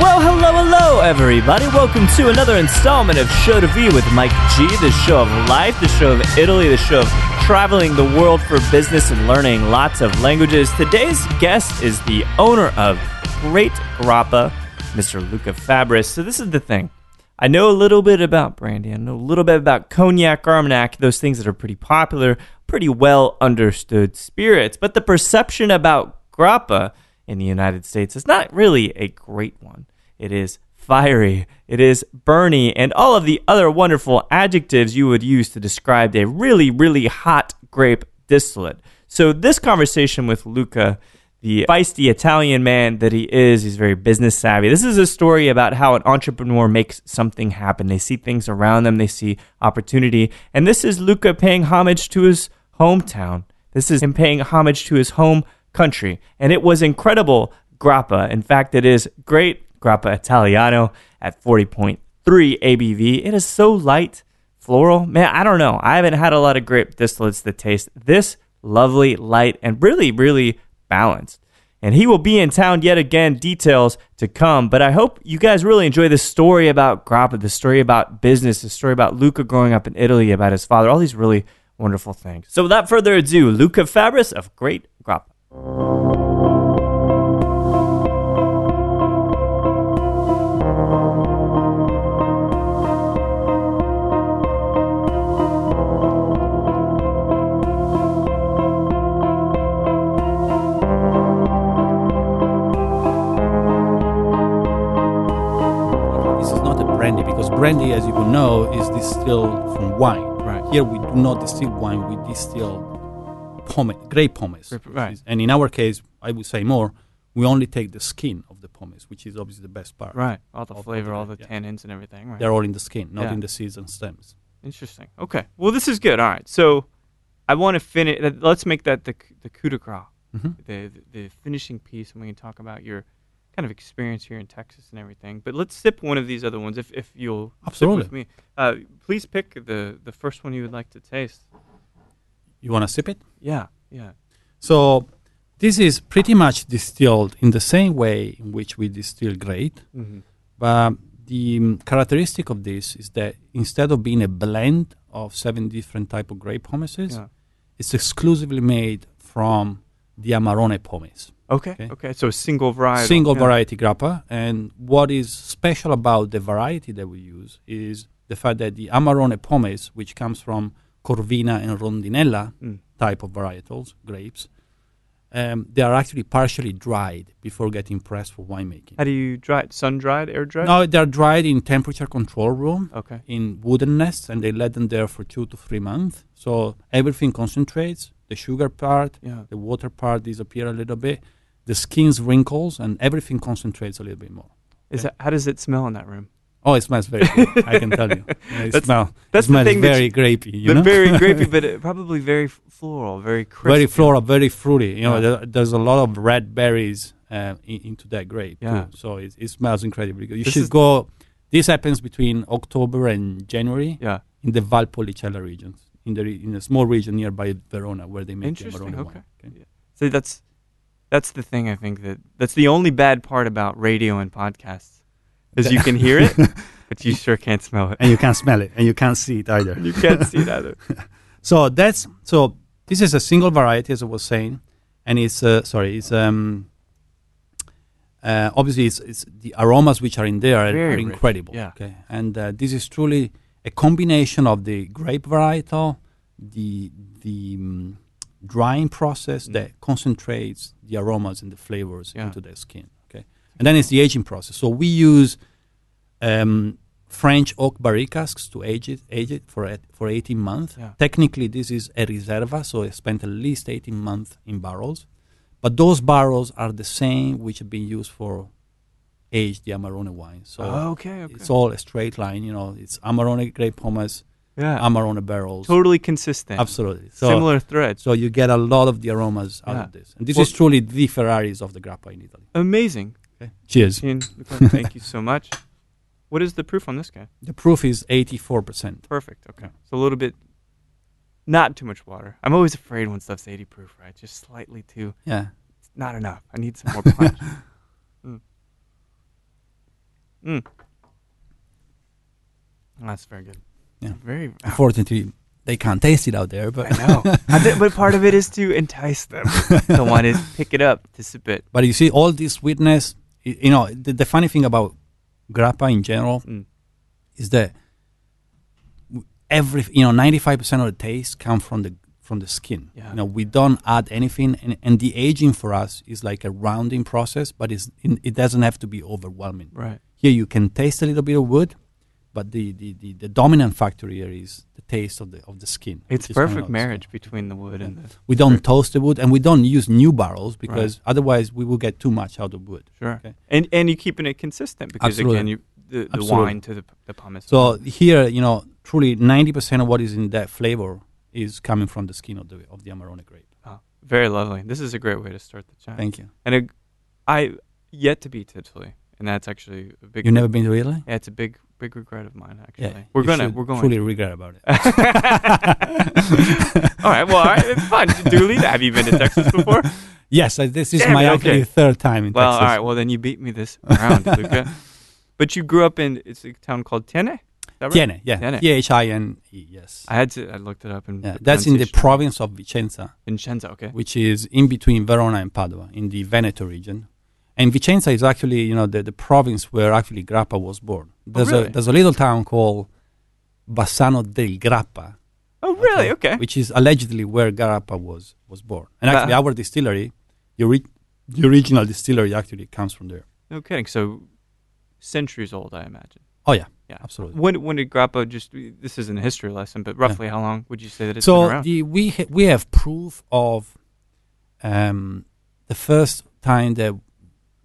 Well, hello, hello, everybody. Welcome to another installment of Show to V with Mike G, the show of life, the show of Italy, the show of traveling the world for business and learning lots of languages. Today's guest is the owner of Great Grappa, Mr. Luca Fabris. So, this is the thing. I know a little bit about brandy. I know a little bit about cognac, armagnac, those things that are pretty popular, pretty well understood spirits. But the perception about grappa in the United States is not really a great one. It is fiery, it is burny, and all of the other wonderful adjectives you would use to describe a really, really hot grape distillate. So, this conversation with Luca the feisty Italian man that he is. He's very business savvy. This is a story about how an entrepreneur makes something happen. They see things around them, they see opportunity. And this is Luca paying homage to his hometown. This is him paying homage to his home country. And it was incredible grappa. In fact, it is great grappa Italiano at 40.3 ABV. It is so light floral. Man, I don't know. I haven't had a lot of grape distillates that taste this lovely, light, and really, really balanced. And he will be in town yet again. Details to come. But I hope you guys really enjoy this story about Grappa, the story about business, the story about Luca growing up in Italy, about his father, all these really wonderful things. So without further ado, Luca Fabris of Great Grappa. This is not a brandy because brandy, as you will know, is distilled from wine. Right. Here we do not distill wine; we distill pomace, grape pomace. Grape- right. And in our case, I would say more. We only take the skin of the pomace, which is obviously the best part. All the All flavor, all the yeah. tannins and everything, right? They're all in the skin, not Yeah. in the seeds and stems. Interesting. Okay. Well, this is good. All right. So I want to finish. Let's make that the, the coup de grace, Mhm. the, the finishing piece, and we can talk about your kind of experience here in Texas and everything. But let's sip one of these other ones if, if you'll Absolutely. sip with me. Uh, please pick the, the first one you would like to taste. You want to sip it? Yeah. Yeah. So this is pretty much distilled in the same way in which we distill grape. Mm-hmm. But the mm, characteristic of this is that instead of being a blend of seven different type of grape pomaces, Yeah. it's exclusively made from the Amarone pomace, Okay. okay. Okay. So a single variety. single variety grappa. And what is special about the variety that we use is the fact that the Amarone pomace, which comes from Corvina and Rondinella Mm. type of varietals, grapes, um, they are actually partially dried before getting pressed for winemaking. How do you dry it? Sun dried, air dried? Now they are dried in temperature control room Oh. Okay. in wooden nests and they let them there for two to three months. So everything concentrates. The sugar part, Yeah. the water part disappear a little bit. The skin's wrinkles and everything concentrates a little bit more. Is that, how does it smell in that room? Oh, it smells very good. I can tell you. Yeah, It That's- smells. that's That's the it smells thing that very grapey. You but know? very grapey, but uh, probably very f- floral, very crisp. very floral, very fruity. You know, Yeah. there, there's a lot of red berries uh, in, into that grape. Yeah. Too. So it, it smells incredibly good. You This is- should go. This happens between October and January. Yeah. in the Valpolicella region, in the re- in a small region nearby Verona where they make the Interesting, Verona okay. wine. okay? So that's that's the thing I think that that's the only bad part about radio and podcasts is you can hear it, but you sure can't smell it. And you can't smell it, and you can't see it either. You can't see it either. So that's so. This is a single variety, as I was saying, and it's uh, sorry, it's um. Uh, obviously, it's, it's the aromas which are in there are, Very are rich, incredible. yeah. Okay, and uh, this is truly a combination of the grape varietal, the the mm, drying process Mm. that concentrates the aromas and the flavors Yeah. into the skin. Okay, and then it's the aging process. So we use um, French oak barrel casks to age it, age it for eight- for 18 months. Yeah. Technically, this is a reserva, so it spent at least 18 months in barrels. But those barrels are the same which have been used for age the Amarone wine. So Oh, okay, okay. it's all a straight line. You know, it's Amarone grape pomace, yeah. Amarone barrels. totally consistent. Absolutely. So, Similar threads. So you get a lot of the aromas out Yeah. of this, and this Well- is truly the Ferraris of the grappa in Italy. Amazing. Cheers. Ian, thank you so much. What is the proof on this guy? The proof is eighty-four percent. Perfect. Okay. Yeah. It's a little bit, not too much water. I'm always afraid when stuff's 80 proof, right? Just slightly too, Yeah. it's not enough. I need some more punch. mm. Mm. That's very good. Yeah. Very. Unfortunately, they can't taste it out there, but I know. I thi- but part of it is to entice them to want to pick it up, to sip it. but you see all this sweetness. y- You know, the, the funny thing about grappa in general Mm. is that w- every you know ninety-five percent of the taste come from the from the skin. Yeah. You know, we don't add anything, and, and the aging for us is like a rounding process, but it's it doesn't have to be overwhelming. Right. here you can taste a little bit of wood, but the, the, the, the dominant factor here is the taste of the of the skin. It's which is perfect kind of- marriage between the wood and the. We don't toast the wood and we don't use new barrels because otherwise we will get too much out of wood. Sure. Okay. And and you're keeping it consistent because Absolutely. again, you the, the Absolutely. wine to the the pumice. So here, you know, truly ninety percent of what is in that flavor is coming from the skin of the of the Amarone grape. Oh, very lovely. This is a great way to start the chat. Thank you. and a, I yet to be to Italy, and that's actually a big. You've never been to Italy? Yeah, it's a big big regret of mine actually. Yeah. we're you gonna should we're going. Truly regret about it. all right. Well, all right. It's fun. Duly, have you been to Texas before? Yes, I, this is Damn my it, actually okay. third time in Well, Texas. all right. Well, then you beat me this round, Luca. But you grew up in it's a town called Tiene. Is that right? Tiene, yeah, Tiene. T H I N E, yes. I had to. I looked it up and Yeah, that's in the province. province of Vicenza, Vincenza. Okay. which is in between Verona and Padua in the Veneto region. And Vicenza is actually, you know, the, the province where actually Grappa was born. There's Oh, really? a there's a little town called Bassano del Grappa, Oh, really? Okay. which is allegedly where Grappa was was born. And Ah. actually, our distillery, the, ori- the original distillery, actually comes from there. No kidding. So centuries old, I imagine. Oh yeah, Yeah. absolutely. When when did Grappa just? This isn't a history lesson, but roughly how long would you say that it's been so around? the, we ha- we have proof of um, the first time that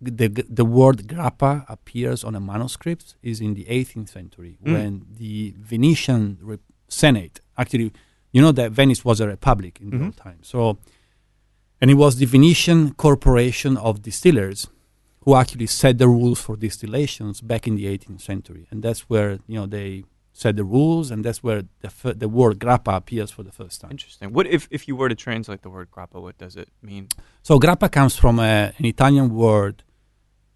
the the word grappa appears on a manuscript is in the 18th century Mm. when the Venetian re- Senate actually you know that Venice was a republic in the Mhm. old time so and it was the Venetian Corporation of Distillers who actually set the rules for distillations back in the 18th century and that's where you know they set the rules and that's where the, fir- the word grappa appears for the first time Interesting. What if if you were to translate the word Grappa? What does it mean? So grappa comes from a, an Italian word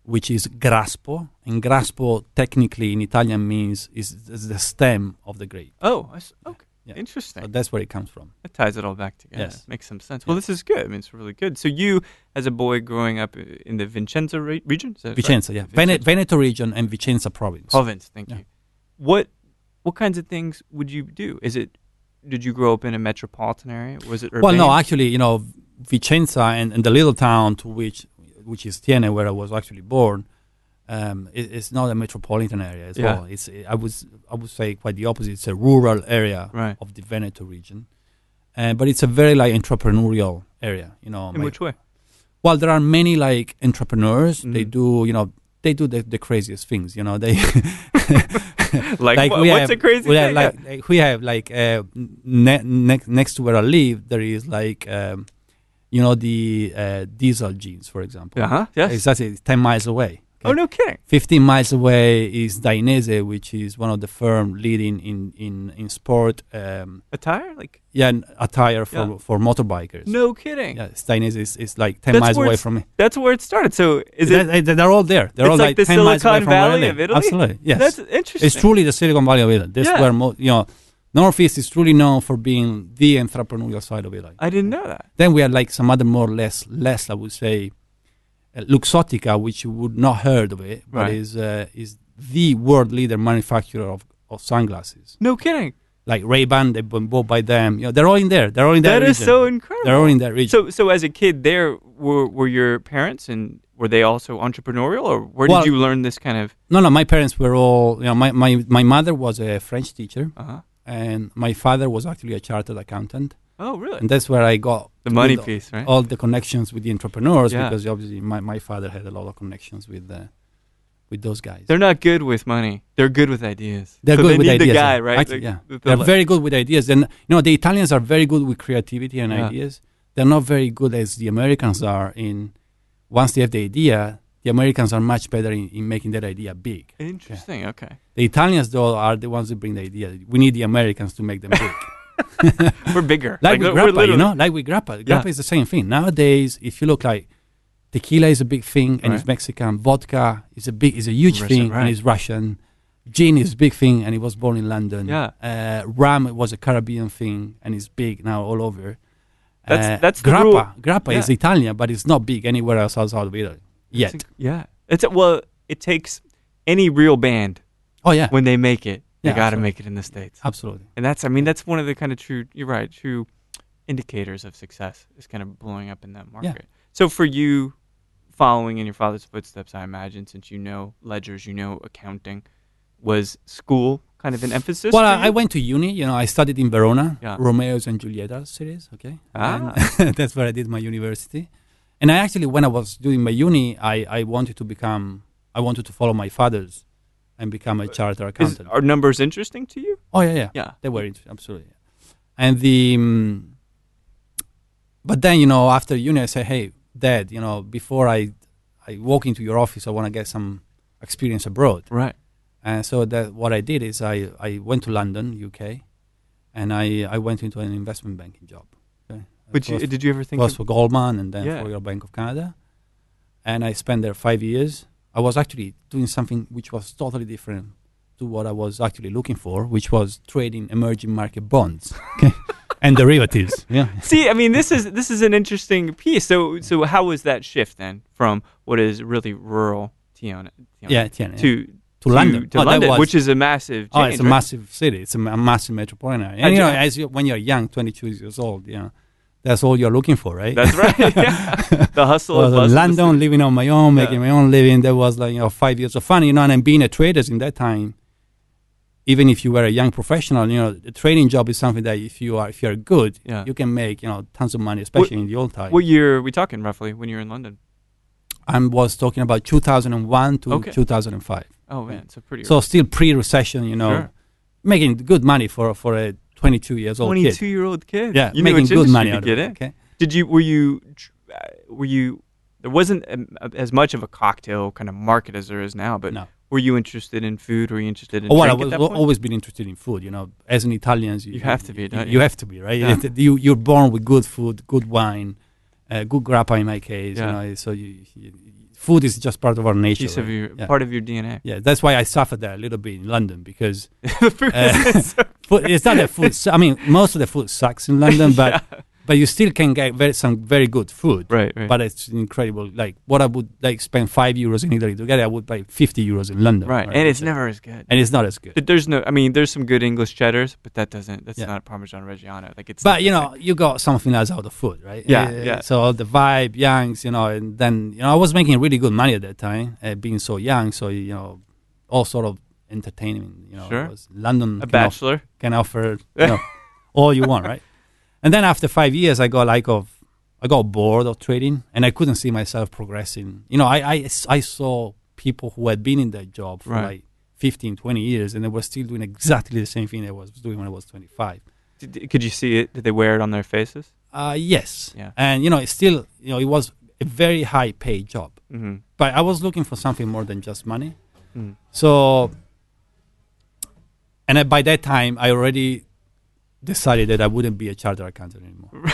which is graspo, and graspo technically in Italian means is, is the stem of the grape. Oh, I s- okay. Yeah. Interesting. So that's where it comes from. that ties it all back together. Yes. Makes some sense. Well, this is good. I mean, it's really good. So you, as a boy growing up i- in the Vincenza re- region, is that right? Vicenza, yeah. Vene- Vicenza. Veneto region and Vicenza province. province. Thank Yeah. you. What what kinds of things would you do? Is it did you grow up in a metropolitan area? Was it urban? Well, no, actually, you know, Vicenza and, and the little town to which, which is Tiene, where I was actually born, um, i- it's not a metropolitan area as Yeah. well. It's I was I would say quite the opposite. It's a rural area Right. of the Veneto region, uh, but it's a very like entrepreneurial area. You know, In oh, my- which way? well there are many like entrepreneurs they Mm. do you know they do the, the craziest things you know they Like, like wha- we what's have, a crazy we thing? have like, like we have like uh, ne- next next to where i live there is like um, you know the uh, diesel jeans for example Uh huh. Yes. exactly it's 10 miles away Oh no kidding. 15 miles away is Dainese, which is one of the firm leading in in in sport um, Attire? Like yeah and attire for Yeah. for motorbikers no kidding. yeah Dainese is, is like 10 That's miles where away it's- from me That's where it started. So is it? they, are all there. They're It's all like like, the 10 miles away Silicon from where I Valley live. of Italy? Absolutely, yes. That's interesting. it's truly the Silicon Valley of Italy. That's Yeah. where mo- you know, Northeast is truly known for being the entrepreneurial side of Italy. I didn't know that. then we had like some other more or less, less I would say, uh, Luxottica, which you would not heard of it, but Right. is uh, is the world leader manufacturer of, of sunglasses. No kidding. Like Ray Ban, they've been bought by them. You know, they're all in there. They're all in that. That is region. so incredible. They're all in that region. So so as a kid, there were were your parents and were they also entrepreneurial or where Well- did you learn this kind of? no, no, my parents were all. You know, my, my my mother was a French teacher. Uh-huh. and my father was actually a chartered accountant, Oh really? and that's where I got The money with piece, right? all the connections with the entrepreneurs Yeah. because obviously my, my father had a lot of connections with the uh, with those guys. They're not good with money. They're good with ideas. They're so good they with need ideas. the guy, yeah. right? Actu- The- yeah. the- the They're le- very good with ideas. And you know, the Italians are very good with creativity and Yeah. ideas. They're not very good as the Americans are in once they have the idea, the Americans are much better in, in making that idea big. interesting. Okay, The Italians though are the ones that bring the idea. We need the Americans to make them big. we're bigger. like, with we're grappa, you literally- know, like with grappa. Yeah. Grappa is the same thing. Nowadays, if you look like tequila is a big thing and it's Right. Mexican, vodka is a big, is a huge Russian, thing right. and it's Russian. Gin is a big thing and it was born in London. Yeah. Uh, rum was a Caribbean thing and it's big now all over. Uh, That's- that's the rule. grappa. grappa is Yeah. Italian, but it's not big anywhere else outside of Italy yet. It's- Yeah, it's well, it takes any real band oh yeah, when they make it, they got Yeah, to absolutely. make it in the states. absolutely. And that's, I mean, that's one of the kind of true, you're right, true indicators of success is kind of blowing up in that market. So for you, following in your father's footsteps, I imagine, since you know ledgers, you know accounting, was school kind of an emphasis? Well, for I, I you? went to uni. You know, I studied in Verona, Yeah. Romeo's and Julieta series. Okay, Ah. And that's where I did my university. And I actually, when I was doing my uni, I, I wanted to become, I wanted to follow my father's, and become a charter Is, accountant. are numbers interesting to you? oh yeah, yeah, Yeah. they were interesting, absolutely. And the, mm, but then you know, after uni, I said, hey, dad, you know, before I, I walk into your office, I want to get some experience abroad. Right. And so that what I did is I, I went to London, UK, and I, I went into an investment banking job. Okay? But It you, was, did you ever think was of- for Goldman and then Yeah. for your Bank of Canada. And I spent there five years. I was actually doing something which was totally different to what I was actually looking for, which was trading emerging market bonds okay? and derivatives. Yeah. See, I mean, this is this is an interesting piece. So, so how was that shift then from what is really rural Tiana, Tiana Yeah, Tiana, yeah. to, To London. to Oh, that London, was- which is a massive. Oh, change, it's a right? massive city. It's a, ma- massive metropolitan area. And, And you know, you- as you, when you're young, 22 years old, you know, that's all you're looking for, right? That's right. yeah. The hustle of was in hustle. London, living on my own, Yeah. making my own living. That was like you know five years of fun, you know. And then being a trader in that time, even if you were a young professional, you know, the trading job is something that if you are if you are good, Yeah. you can make you know tons of money, especially in the old time. What year are we talking roughly when you're in London? I was talking about 2001 to Okay. 2005, Oh man, so pretty. so still pre-recession, you know, Sure. making good money for for a 22 years old kid. 22 year old kid. Yeah, you knew making which good industry money to out of get it. in. Okay. Did you? Were you? tr- uh, Were you? There wasn't um, as much of a cocktail kind of market as there is now, but No. were you interested in food? Were you interested in? Oh, well, I drink at was that al- point? always been interested in food. You know, as an Italian, you, You have to be, You, don't you you? have to be, right? Yeah. It- You you're born with good food, good wine, uh, good grappa in my case. Yeah. You know, eh, so you, you, food is just part of our nature. piece of right? your Yeah. part of your DNA. yeah, that's why I suffered that a little bit in London because The food Uh, is- food, it's not that food. su- I mean, most of the food sucks in London, but but you still can get very, some very good food. right, right, But it's incredible. Like what I would like spend five euros in Italy to get, I would pay fifty euros in London. right, and it's So- never as good. and it's not as good. Th- There's no, I mean, there's some good English cheddars, but that doesn't. That's Yeah. not Parmesan Reggiano. Like it's. not But you the know, you got something else out of food, right? Yeah, Uh, yeah. So the vibe, Youngs, you know, and then you know, I was making really good money at that time, uh, being so young. So you know, all sort of entertainment. You know, Sure. was- London same. a can, off- bachelor. can offer you know, all you want, right? And then after five years, I got like of, I got bored of trading, and I couldn't see myself progressing. You know, I I, I saw people who had been in that job for Right. like 15, 20 years, and they were still doing exactly the same thing I was doing when I was twenty five. Did, could you see it? Did they wear it on their faces? Uh, yes. Yeah. And you know, it's still you know, it was a very high paid job. Mm-hmm. But I was looking for something more than just money. Mm-hmm. Mm. So and I, by that time I already decided that I wouldn't be a charter accountant anymore.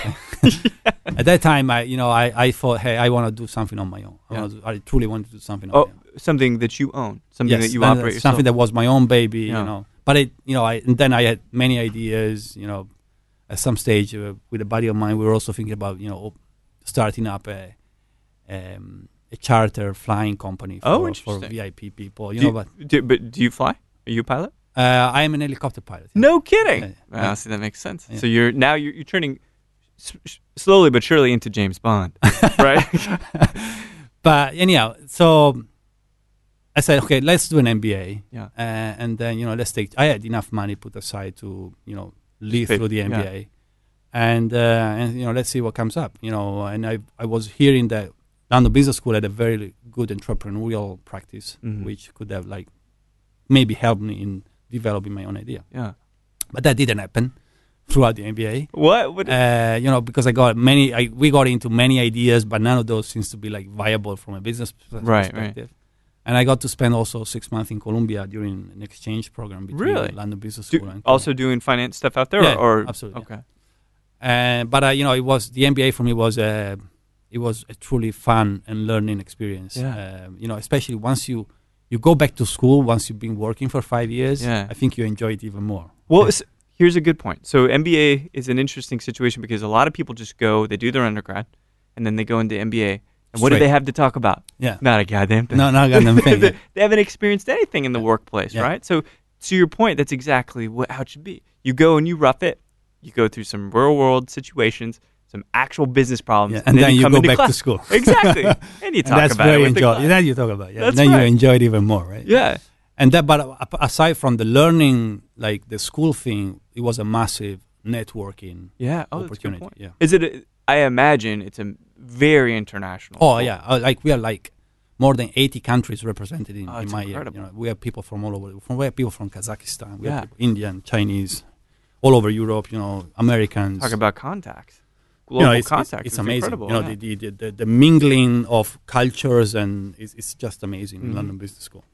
At that time I you know, I, I thought, hey, I want to do something on my own. I, Yeah. wanna do, I truly want to do something on Oh, my own. something that you own, something Yes, that you that- operate yourself. something that was my own baby, Yeah. you know. But it, you know, I and then I had many ideas, you know. At some stage, uh, with a buddy of mine, we were also thinking about, you know, op- starting up a um, a charter flying company for, Oh, for interesting. VIP people, you do know. But do- but do you fly? Are you a pilot? uh, I am an helicopter pilot. No kidding. Yeah, Ah, yeah. see, that makes sense. Yeah. So you're now you're, you're turning s- s- slowly but surely into James Bond, right? But anyhow, so I said, okay, let's do an MBA, Yeah. uh, and then you know, let's take. I had enough money put aside to you know live Pay- through the yeah. MBA, and uh, and you know, let's see what comes up. You know, and I I was hearing that London Business School had a very good entrepreneurial practice, Mhm. which could have like maybe helped me in developing my own idea. Yeah. But that didn't happen throughout the MBA. What would Uh, you know, because I got many, I, we got into many ideas, but none of those seems to be like viable from a business p- Right, right. perspective. And I got to spend also six months in Colombia during an exchange program between Really? the London Business Do- School and also doing finance stuff out there, Yeah, or absolutely, Okay. Colombia. Uh, but uh, you know, it was the MBA for me was a, it was a truly fun and learning experience. Yeah. Um, you know, especially once you you go back to school, once you've been working for five years, Yeah. I think you enjoy it even more. Well, it's, here's a good point. So MBA is an interesting situation because a lot of people just go, they do their undergrad, and then they go into MBA. And what do Straight. they have to talk about? Yeah. Not a goddamn thing. No, no, I got nothing. they, they haven't experienced anything in the workplace, Yeah. right? So, to your point, that's exactly what, how it should be. You go and you rough it. You go through some real world situations, some actual business problems, Yeah, and then you come go into back to class. school. exactly, and you And talk that's about very it with the enjoy- class. That you talk about, yeah. That's then you right. enjoy it even more, right? Yeah, and that but a- aside from the learning like the school thing it was a massive networking yeah. Oh, that's a good opportunity point. yeah Is it? A, I imagine it's a very international. oh yeah Uh, like we are like more than 80 countries represented in, Oh, in it's my year you incredible. know, we have people from all over from we have people from kazakhstan we Yeah. have people, indian chinese all over europe you know americans Talk about contacts. you Global know, it's, it's- contacts. it's, amazing Incredible. you know yeah. the, the, the, the mingling of cultures and it's, it's just amazing in Mhm. london business school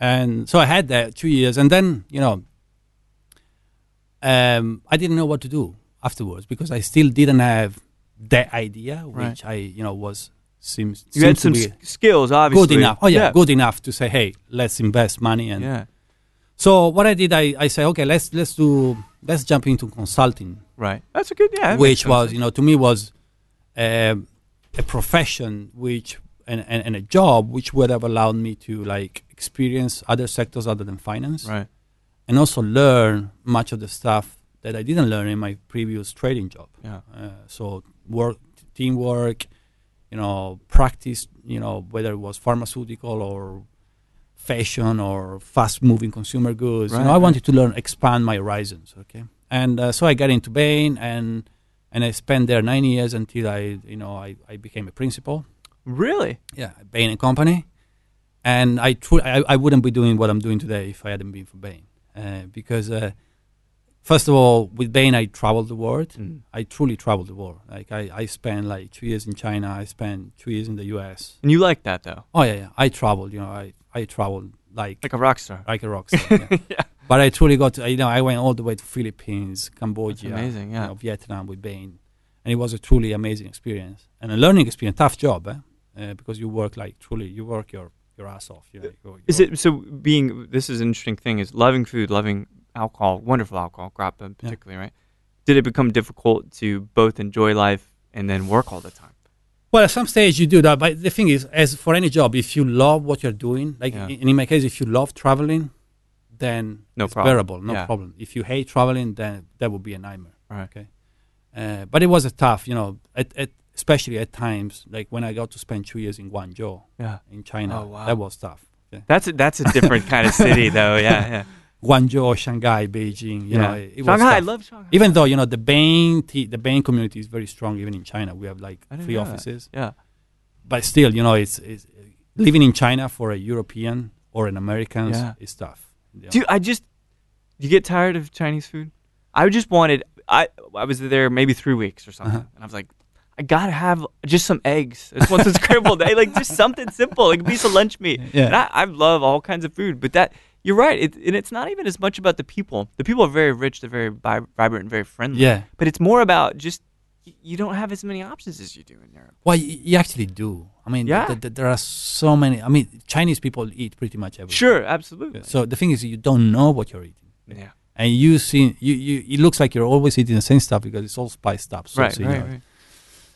and so i had that two years and then you know um, i didn't know what to do afterwards because i still didn't have that idea Right. which i you know was seems you had seems some to s- be skills, obviously. good enough oh yeah, good enough to say hey let's invest money and yeah. so what i did i, I say okay let's let's do let's jump into consulting Right. That's a good. Yeah. that makes which some was sense. you know to me was um, a profession which and, and, and a job which would have allowed me to like experience other sectors other than finance Right. and also learn much of the stuff that I didn't learn in my previous trading job Yeah. uh, so work teamwork you know practice you know whether it was pharmaceutical or fashion or fast moving consumer goods you Right, know i right. wanted to learn expand my horizons okay and uh, so i got into bain and and i spent there nine years until i you know i, I became a principal Really? yeah bain and company and i tru- I, I wouldn't be doing what i'm doing today if i hadn't been for bain uh, because uh, first of all with bain i traveled the world I truly traveled the world. Like I, I spent like two years in China. I spent two years in the U.S. And you like that though, Oh yeah, yeah. I traveled. You know, I I traveled like like a rock star. like a rock star. yeah. But I truly got. To, you know, I went all the way to Philippines, Cambodia, amazing, you yeah. know, Vietnam with Bain, and it was a truly amazing experience and a learning experience. Tough job, eh? Uh, because you work like truly, you work your your ass off. You know, you go- you Is work- it so? Being this is an interesting thing. Is loving food, loving alcohol, wonderful alcohol, grappa particularly, right? Did it become difficult to both enjoy life and then work all the time? Well, at some stage you do that, but the thing is, as for any job, if you love what you're doing, like Yeah. in in my case, if you love traveling, then No it's problem. bearable, no Yeah. problem. If you hate traveling, then that would be a nightmare. Right. Okay, uh, but it was a tough, you know, at, at especially at times like when I got to spend two years in Guangzhou Yeah. in China, Oh, wow. that was tough. Okay. That's a, that's a different kind of city though. Yeah. Yeah. Guangzhou, Shanghai, Beijing, you yeah. know, it, it was Shanghai. I tough. love Shanghai. even though you know the Bain, t- the Bain community is very strong, even in China, we have like I didn't three know that. offices. yeah. but still, you know, it's, it's living in China for a European or an American Yeah. is tough. Yeah. Dude, I just you get tired of Chinese food. I just wanted I I was there maybe three weeks or Uh-huh. something, and I was like, I gotta have just some eggs. I just want some scrambled egg, like just something simple, like a piece of lunch meat. Yeah. And I, I love all kinds of food, but that you're right, it, and it's not even as much about the people. The people are very rich, they're very vib- vibrant, and very friendly. Yeah. but it's more about just y- you don't have as many options as you do in Europe. Well, you, you actually do. I mean, Yeah. th- th- there are so many. I mean, Chinese people eat pretty much everything. Sure, absolutely. So the thing is, you don't know what you're eating. Yeah, And you see, you, you it looks like you're always eating the same stuff because it's all spiced up. So, right, so you right, know. right.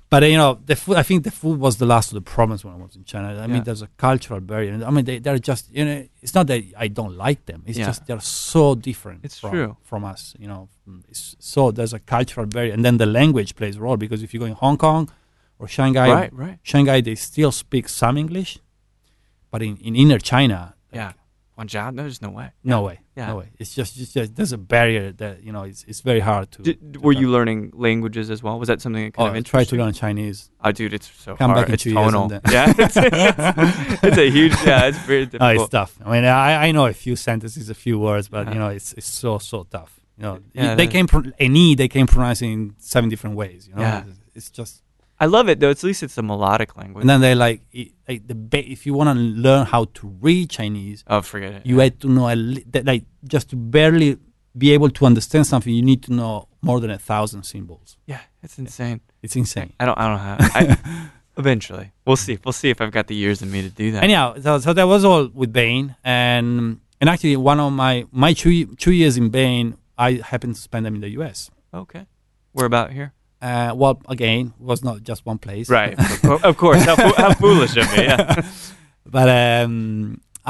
But uh, you know, the food. I think the food was the last of the problems when I was in China. I Yeah. mean, there's a cultural barrier. And I mean, they, they're just you know, it's not that I don't like them. It's Yeah. just they're so different. It's from, true. from us. You know, Mm, it's, so there's a cultural barrier, and then the language plays a role because if you go in Hong Kong or Shanghai, right, right. Shanghai they still speak some English, but in, in inner China, like, Yeah. One job? No, there's no way. No way. Yeah. No way. It's just, it's just there's a barrier that you know it's, it's very hard to. Did, were you learning languages as well? Was that something that Oh, kind of I tried interested? to learn Chinese. Oh, dude, it's so Come back hard. in it's two years and tonal. then- yeah, it's, it's- it's a huge. Yeah, it's very No, Oh, it's difficult. tough. I mean, I, I know a few sentences, a few words, but Yeah. you know, it's it's so so tough. You know, Yeah, they that- can pro- an e they can pronounce it in seven different ways. You know, Yeah. It's- it's just I love it though. It's, at least it's a melodic language. and then they like, i like the ba- if you want to learn how to read Chinese, oh, forget it. you had to know a li- that, like just to barely be able to understand something, you need to know more than a thousand symbols. yeah, it's insane. It's insane. I don't. I don't have. I, eventually, we'll see. We'll see if I've got the years in me to do that. Anyhow, so, so that was all with Bain, and and actually one of my my two two years in Bain, I happened to spend them in the U.S. okay, we're about here. Uh, well, again, was not just one place, Right. of of course. How, fo- how foolish of me. Yeah. But um,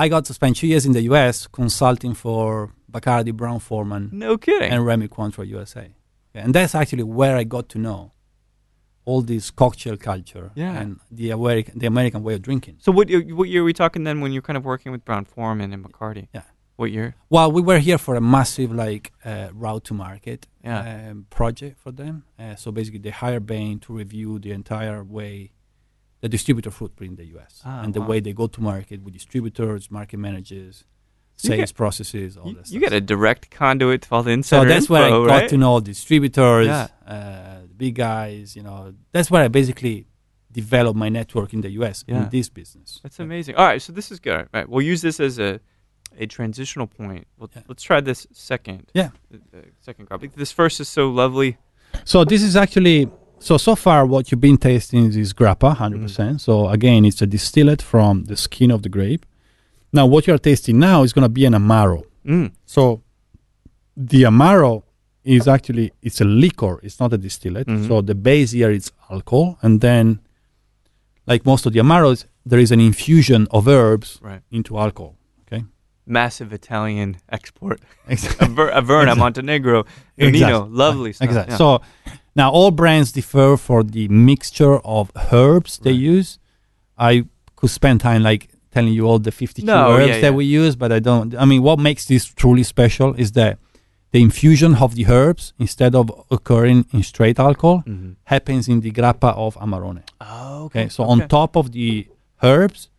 I got to spend two years in the U.S. consulting for Bacardi, Brown Forman, No kidding. and Remy Cointreau USA, Okay, and that's actually where I got to know all this cocktail culture Yeah. and the American the American way of drinking. so what? y- What year are we talking then? When you're kind of working with Brown Foreman and McCarty? Yeah. What year? Well, we were here for a massive like uh, route to market Yeah. um, project for them. Uh, so basically, they hire Bain to review the entire way, the distributor footprint in the U.S. Ah, and the wow. way they go to market with distributors, market managers, So you sales processes, all You, that. you stuff. got a direct conduit to all the so insider that's where I info, got right? to know distributors, Yeah. uh, the big guys. You know, that's where I basically developed my network in the U.S. Yeah. in this business. That's amazing. All right, so this is good. All right, we'll use this as a a transitional point. We'll, Yeah. Let's try this second. Yeah. Uh, second copy. This first is so lovely. So this is actually so so far what you've been tasting is grappa, 100%. So again, it's a distillate from the skin of the grape. Now what you are tasting now is going to be an amaro. Mm. So the amaro is actually it's a liquor, it's not a distillate. Mhm. So the base here is alcohol and then like most of the amaros there is an infusion of herbs Right. into alcohol. Massive Italian export. Exactly. Aver- Averna, Montenegro, Unino, Exactly. lovely stuff. Exactly. Yeah. So now all brands differ for the mixture of herbs they Right. use. I could spend time like telling you all the 52 No, herbs yeah, that yeah. we use, but I don't. I mean, what makes this truly special is that the infusion of the herbs, instead of occurring in straight alcohol, Mhm. happens in the grappa of Amarone. Oh, okay. Okay. So on top of the herbs,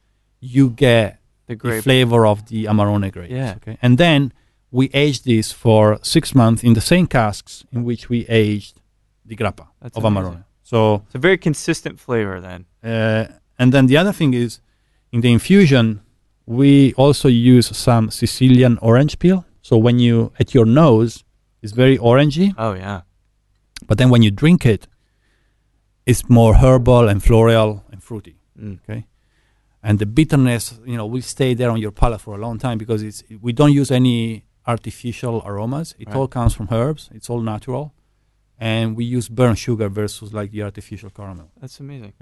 you get the the grape. flavor of the Amarone grapes. Yeah. Okay. And then we aged this for six months in the same casks in which we aged the grappa That's of amazing. Amarone. So, It's a very consistent flavor then. uh, and then the other thing is in the infusion, we also use some Sicilian orange peel. So when you, at your nose, it's very orangey, Oh yeah. but then when you drink it, it's more herbal and floral and fruity. Mm. and the bitterness you know will stay there on your palate for a long time because it's we don't use any artificial aromas it Right. all comes from herbs it's all natural and we use burnt sugar versus like the artificial caramel That's amazing.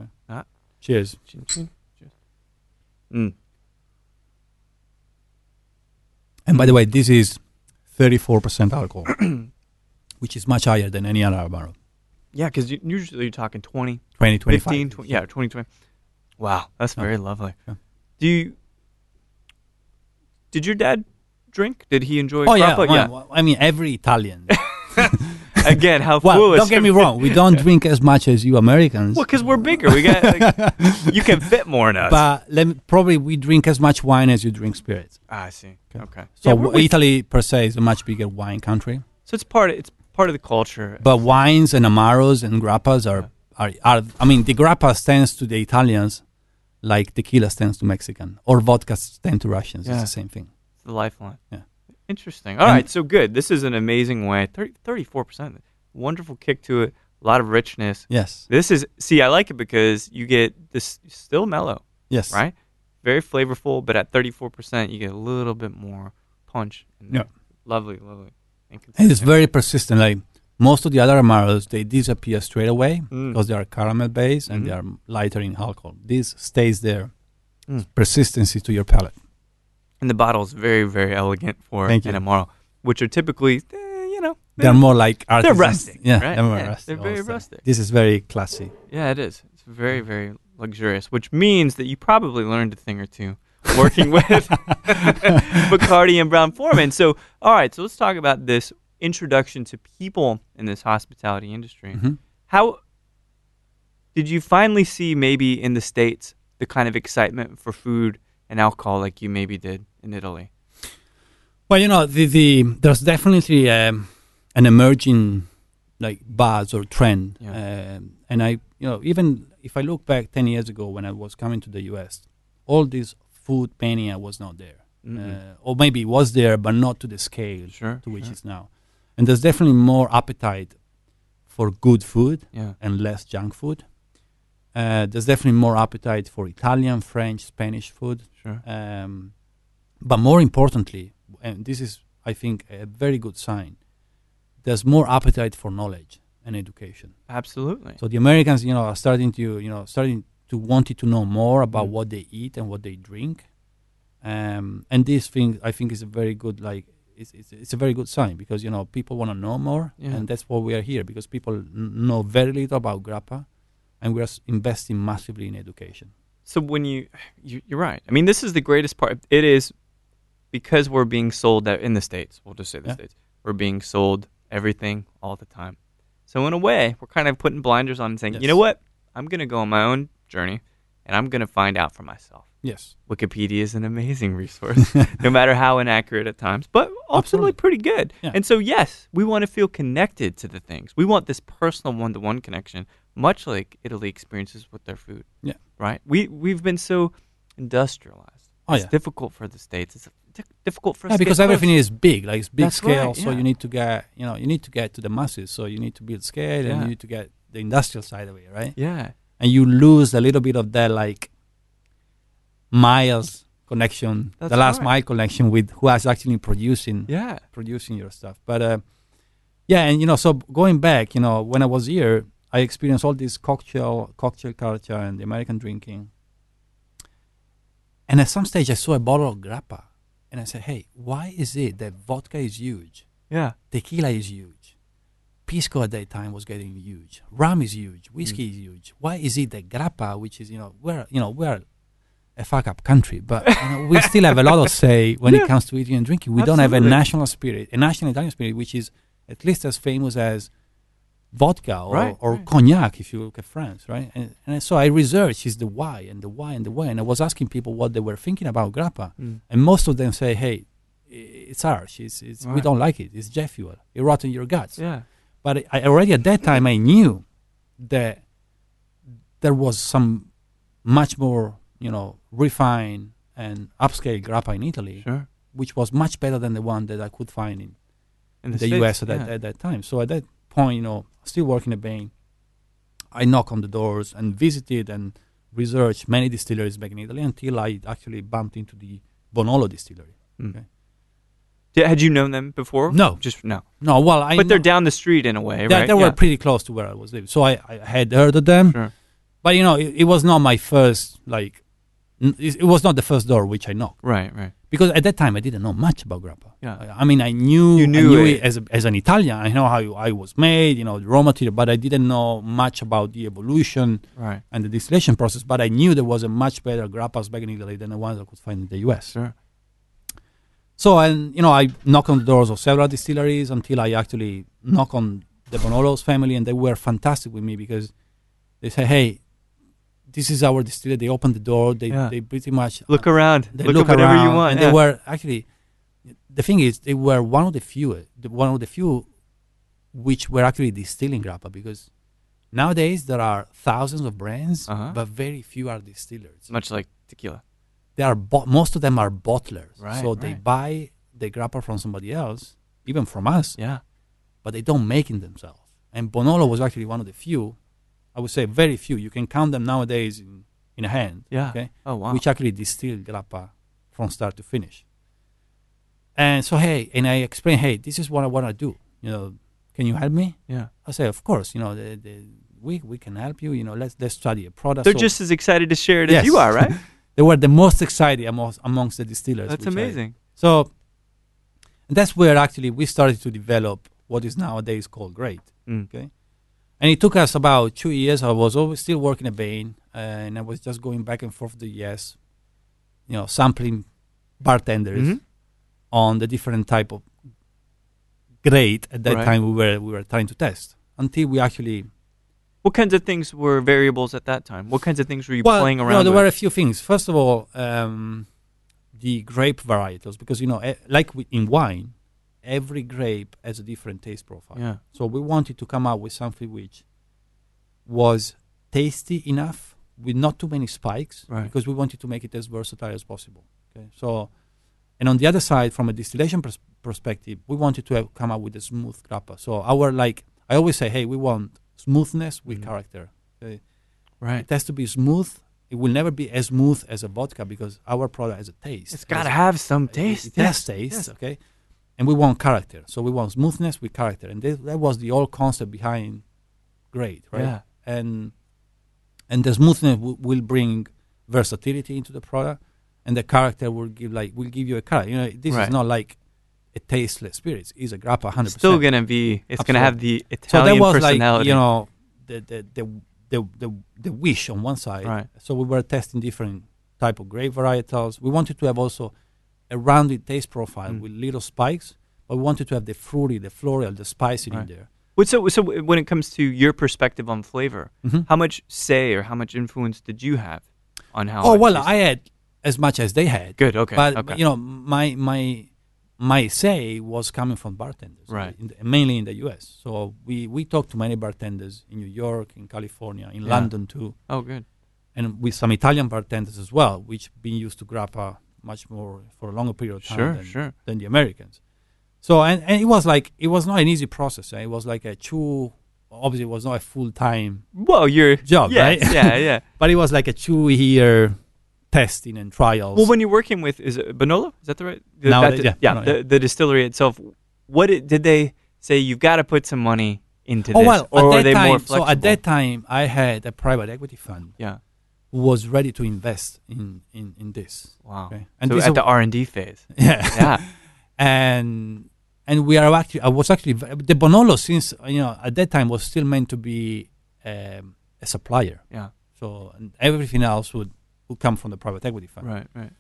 cheers Chin, chin. Cheers. Mm. and by the way this is 34% alcohol which is much higher than any other amaro Yeah, because you, usually you're talking 20, 20 25 15, 20, yeah, 20, 20. Wow, that's Yeah. very lovely. Yeah. Do you, did your dad drink? Did he enjoy oh yeah, grappa? yeah. i mean every italian yeah. Again, how well foolish. don't get me wrong we don't drink as much as you americans Well, because we're bigger. We got like, you can fit more in us. but let me, probably we drink as much wine as you drink spirits Ah, I see. Okay. Okay. So, So yeah, w- we're with- Italy per se is a much bigger wine country, so it's part of, it's part of the culture. but wines and amaros and grappas are, are, are I mean, the grappa stands to the Italians, like tequila stands to Mexican, or vodka stands to Russians. Yeah. It's the same thing. It's the lifeline. Yeah. Interesting. All right, And- So good. This is an amazing way. 30, 34%. Wonderful kick to it. A lot of richness. Yes. This is, see, I like it because you get this still mellow. Yes. right? Very flavorful, but at 34%, you get a little bit more punch. in there. Yeah. Lovely, lovely. Mm. And And it's consistent. very persistent. Like most of the other amaros, they disappear straight away Mm. because they are caramel based Mhm. and they are lighter in alcohol. This stays there. Mm. Persistency to your palate. And the bottle is very, very elegant for Thank an you. Amaro, which are typically, eh, you know, They're more like artisans. rustic, Yeah, right? they're more Yeah, rustic. they're very also. rustic. This is very classy. yeah, it is. It's very, very luxurious, which means that you probably learned a thing or two working with Bacardi and Brown Foreman. So, all right, so let's talk about this introduction to people in this hospitality industry. Mhm. How did you finally see maybe in the States the kind of excitement for food and alcohol like you maybe did in Italy? Well, you know, the, the there's definitely um, an emerging like buzz or trend, um, and I, you know, even if I look back ten years ago when I was coming to the U.S., all this food mania was not there, Mhm. uh, or maybe it was there but not to the scale Sure, to which sure. it's now. And there's definitely more appetite for good food Yeah. and less junk food. Uh, there's definitely more appetite for Italian, French, Spanish food. Sure. Um, but more importantly, and this is, I think, a very good sign, there's more appetite for knowledge and education. Absolutely. So the Americans, you know, are starting to, you know, starting to wanted to know more about Mm. what they eat and what they drink. Um, and this thing, I think, is a very good, like, it's, it's, it's a very good sign because, you know, people want to know more. Yeah. And that's why we are here because people n- know very little about grappa and we are s- investing massively in education. so when you, you you're right i mean this is the greatest part it is because we're being sold that in the states we'll just say the Yeah. states we're being sold everything all the time so in a way we're kind of putting blinders on and saying you know Yes. what i'm going to go on my own journey and i'm going to find out for myself Yes. wikipedia is an amazing resource no matter how inaccurate at times but ultimately Absolutely. pretty good Yeah. and so yes we want to feel connected to the things we want this personal one-to-one connection much like italy experiences with their food Yeah. right? We we've been so industrialized. Oh, it's yeah. difficult for the states. It's di- difficult for us. Yeah, to get because everything close. is big, like it's big That's scale. right, So yeah. you need to get, you know, you need to get to the masses. So you need to build scale, and Yeah. you need to get the industrial side of it, right? Yeah, And you lose a little bit of that, like miles connection, That's the last right. mile connection with who is actually producing yeah, producing your stuff. But uh, yeah, and you know, so going back, you know, when I was here, I experienced all this cocktail cocktail culture and the American drinking. And at some stage, I saw a bottle of grappa, and I said, "Hey, why is it that vodka is huge, yeah. tequila is huge, pisco at that time was getting huge, rum is huge, Mm. whiskey is huge? Why is it that grappa, which is you know we're you know we're a fuck up country, but you know, we still have a lot of say when Yeah. it comes to eating and drinking. We don't have a Absolutely. national spirit, a national Italian spirit, which is at least as famous as vodka or, Right, or right. cognac, if you look at France, right? And, and so I researched is the why and the why and the why, and I was asking people what they were thinking about grappa, Mm. and most of them say, "Hey, i- it's harsh. It's, it's we Right. don't like it. It's jet fuel. It rots in your guts." Yeah, But I already at that time I knew that there was some much more, you know, refined and upscale grappa in Italy, sure. which was much better than the one that I could find in In the, States, US at, that, yeah. at that time. So at that point, you know, still working at Bain, I knock on the doors and visited and researched many distilleries back in Italy until I actually bumped into the Bonolo distillery. Mm. okay. Did- had you known them before? No. just no. No, well, I but they're kno- down the street in a way, they, right? they were Yeah. pretty close to where I was living, so I, I had heard of them. sure. but you know it, it was not my first like n- it, it was not the first door which i knocked Right, right. because at that time i didn't know much about grappa Yeah. I, I mean i knew, You I knew it. as, a, as an italian i know how i was made you know the raw material but i didn't know much about the evolution Right. and the distillation process but i knew there was a much better grappas back in italy than the ones i could find in the us Sure. so and you know i knock on the doors of several distilleries until i actually knock on the bonolo's family and they were fantastic with me because they say hey this is our distillery they open the door they, Yeah. they pretty much uh, Look around. they look, look at whatever around you want. and yeah. they were actually the thing is they were one of the few the- one of the few which were actually distilling grappa because nowadays there are thousands of brands Uh-huh. but very few are distillers Much like tequila. they are bo- most of them are bottlers. Right, so they right. buy the grappa from somebody else, even from us, Yeah. but they don't make it themselves. And Bonolo was actually one of the few, I would say very few. You can count them nowadays in, in a hand. Yeah. Okay. Oh wow. Which actually distill grappa from start to finish. And so hey, and I explained, hey, this is what I want to do. You know, can you help me? yeah. I say, of course. You know, the, the, we we can help you. You know, let's let's study a product. They're So- just as excited to share it as Yes. you are, right? they were the most excited amongst, amongst the distillers. That's which I- amazing. so that's where actually we started to develop what is nowadays called great. Mm. Okay. And it took us about two years. I was always still working at Bain, uh, and I was just going back and forth to the US. you know sampling bartenders Mhm. on the different type of grade at that Right. time we were we were trying to test until we actually What kinds of things were variables at that time? What kinds of things were you playing No, around there were with? a few things. First of all, um, the grape varietals, because you know, eh, like wi- in wine, every grape has a different taste profile. yeah. So we wanted to come out with something which was tasty enough with not too many spikes, Right. because we wanted to make it as versatile as possible. Okay, so. And on the other side, from a distillation pers- perspective, we wanted to have come up with a smooth grappa. So our like, I always say, hey, we want smoothness with Mhm. character. Okay? Right. It has to be smooth. It will never be as smooth as a vodka because our product has a taste. It's got to It have some has- taste. It, it has taste, yes. okay? And we want character. So we want smoothness with character. And that, that was the whole concept behind grade, right? Yeah. And and the smoothness w- will bring versatility into the product and the character will give like will give you a character. You know, this Right. is not like a tasteless spirit. It's a grappa 100%. Still going to be, it's going to have the So Italian that was like personality. you know the the, the the the the wish on one side. Right. So we were testing different type of grape varietals. We wanted to have also a rounded taste profile Mm. with little spikes, but we wanted to have the fruity, the floral, the spicy Right. in there. Wait, so, so when it comes to your perspective on flavor, Mhm. how much say or how much influence did you have on how? Oh it well, tasted? I had as much as they had. good. Okay, but okay. you know my my my say was coming from bartenders Right. in the- mainly in the US so we we talked to many bartenders in New York in California in Yeah. London too oh, good. and with some Italian bartenders as well, which been used to grappa much more for a longer period of time Sure, than, sure. than the Americans. So and, and it was like it was not an easy process. eh? It was like a two obviously it was not a full time Well, you're job, yes, right? yeah, yeah. but it was like a two year testing and trials. Well, when you're working with is it Bonolo? Is that the right? The, Now that it- di- yeah, Bonolo, the, the distillery itself. What it, did they say? You've got to put some money into oh this, well, or at are that they time, more flexible? so at that time I had a private equity fund yeah. who was ready to invest in in, in this. Wow. Okay. And so this at the R and D phase. yeah. Yeah. and and we are actually I was actually v- the Bonolo since you know at that time was still meant to be um, a supplier. Yeah. So and everything else would would come from the private equity fund. right. Right.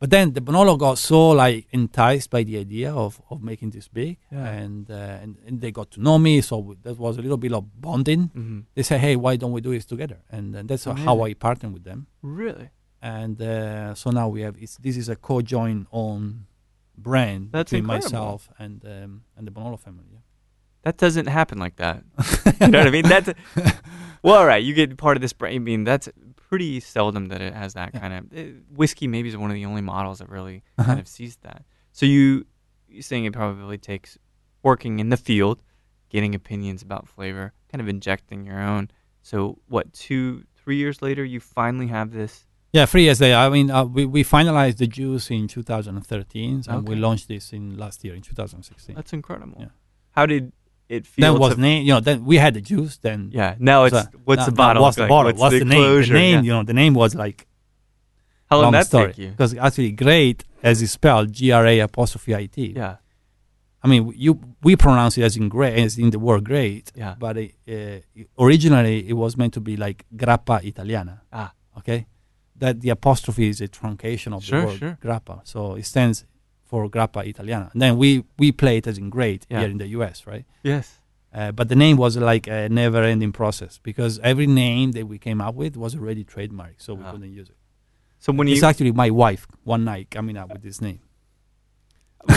But then the Bonolo got so like enticed by the idea of, of making this big, Yeah. and, uh, and and they got to know me. So we- that was a little bit of bonding. Mm-hmm. They said, "Hey, why don't we do this together?" And, and that's how Amazing. I partnered with them. Really? And uh, so now we have it's, this is a co-joint own brand That's between incredible. myself and um, and the Bonolo family. Yeah. That doesn't happen like that. you know what I mean? That's well, all right. You get part of this brand. I mean, that's pretty seldom that it has that Yeah. kind of eh, whiskey. Maybe is one of the only models that really Uh-huh. kind of sees that. So you you're saying it probably takes working in the field, getting opinions about flavor, kind of injecting your own. So what? Two, three years later, you finally have this. Yeah, three years later. I mean, uh, we we finalized the juice in 2013, and we Okay. launched this in last year in 2016. That's incredible. Yeah. How did it feel? Then was to- name, you know, then we had the juice. Then yeah. Now it's so what's now- the now bottle? What's like, the bottle? What's, What's the, name? closure? The name, Yeah. you know, the name was like How long long that story take you? because actually, great as it's spelled, G R A apostrophe I T. Yeah. I mean, you we pronounce it as in great, as in the word great. Yeah. But it, uh, originally, it was meant to be like grappa italiana. Ah. Okay. That the apostrophe is a truncation of Sure, the word sure. grappa, so it stands for grappa italiana. And then we we play it as in great Yeah. here in the U.S. Right. Yes. Uh, but the name was like a never-ending process because every name that we came up with was already trademarked, so we Ah. couldn't use it. So when you It's actually my wife one night coming up with this name.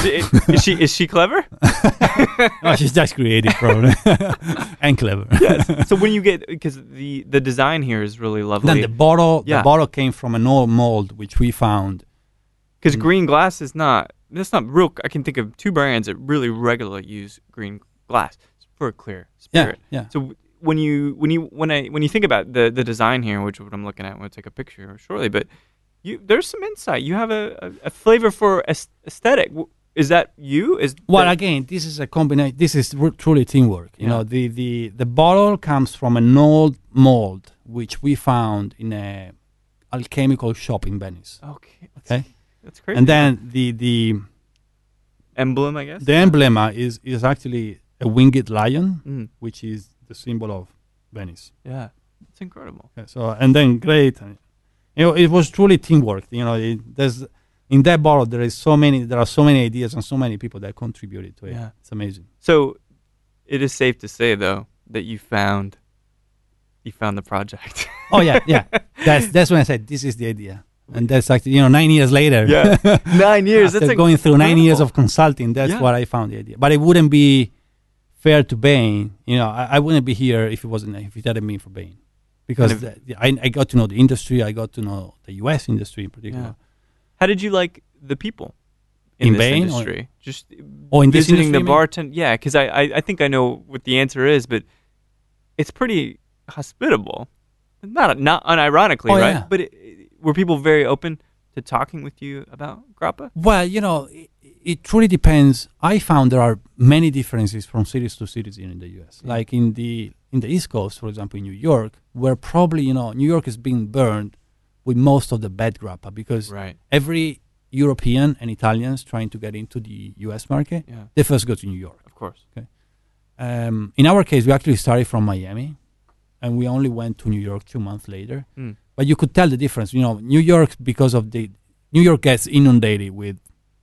is she is she clever? No, she's just creative, probably, and clever. yes. So when you get because the the design here is really Then lovely the bottle, Yeah. the bottle came from an old mold which we found. because Mm. green glass is not that's not real. I can think of two brands that really regularly use green glass for a clear Yeah, spirit. yeah. So when you when you when I when you think about the the design here, which is what I'm looking at, I'm gonna take a picture shortly, but you there's some insight. You have a, a, a flavor for aes- aesthetic. W- Is that you? Is Well, that- again, this is a combination. This is ru- truly teamwork. You Yeah. know, the, the the bottle comes from an old mold which we found in a alchemical shop in Venice. okay? That's, Okay, that's crazy. and then the the emblem, I guess. the emblema is is actually a winged lion, Mm, which is the symbol of Venice. yeah, it's incredible. Okay, so and then great, uh, You know, it was truly teamwork. You know, it, there's in that bottle there is so many there are so many ideas and so many people that contributed to it. Yeah. It's amazing. So it is safe to say though that you found you found the project. Oh yeah, yeah. that's that's when I said this is the idea, and that's actually you know nine years later. yeah. 9 years. After That's going through nine years incredible. of consulting, that's Yeah. what I found the idea. But it wouldn't be fair to Bain. You know, I, I wouldn't be here if it wasn't if it hadn't been for Bain, because And the- I, I got to know the industry. I got to know the U.S. industry in particular. How did you like the people in, In this Bain or- industry? Just Oh, in this visiting industry, the you mean? bartend. Yeah, because I, I I think I know what the answer is, but it's pretty hospitable. Not not unironically, Oh, right? yeah. But it, it- were people very open to talking with you about grappa? Well, you know, it, it truly depends. I found there are many differences from cities to cities here in the U.S. Like in the in the East Coast, for example, in New York, where probably you know New York is being burned with most of the bad grappa because Right. every European and Italians trying to get into the U.S. market, Yeah. they first go to New York. Of course. Um, in our case, we actually started from Miami, and we only went to New York two months later. Mm. But you could tell the difference. You know, New York because of the New York gets inundated with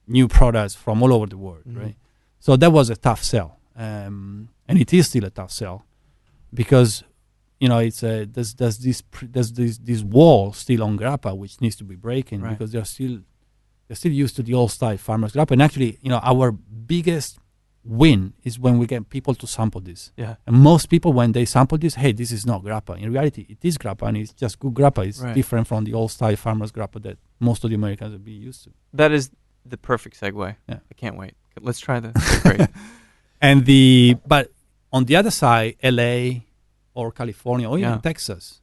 new products from all over the world, Mhm. right? So that was a tough sell, um, and it is still a tough sell because you know it's a there's there's this pr- there's this this wall still on grappa which needs to be breaking Right. because they're still they're still used to the old style farmers grappa. And actually, you know, our biggest win is when we get people to sample this. Yeah. And most people, when they sample this, hey, this is not grappa. In reality, it is grappa, and it's just good grappa. It's Right. different from the old style farmers grappa that most of the Americans have been used to. That is the perfect segue. Yeah. I can't wait. Let's try the Great. And the but on the other side, LA or California or even Yeah. Texas,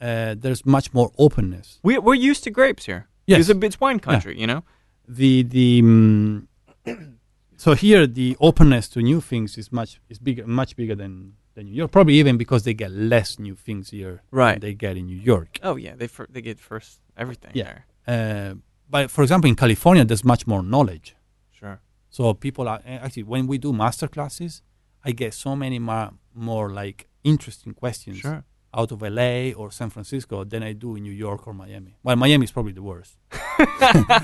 uh, there's much more openness. we, we're used to grapes here. Yes. It's, a, it's wine country, you know? The the mm, so here the openness to new things is much is bigger much bigger than than New York. Probably even because they get less new things here Right. than they get in New York. Oh, yeah. They fir- they get first everything Yeah. there. Uh, but for example, in California, there's much more knowledge. Sure. So people are eh, actually when we do master classes, I get so many more more like interesting questions Sure. out of LA or San Francisco than I do in New York or Miami. Well, Miami is probably the worst.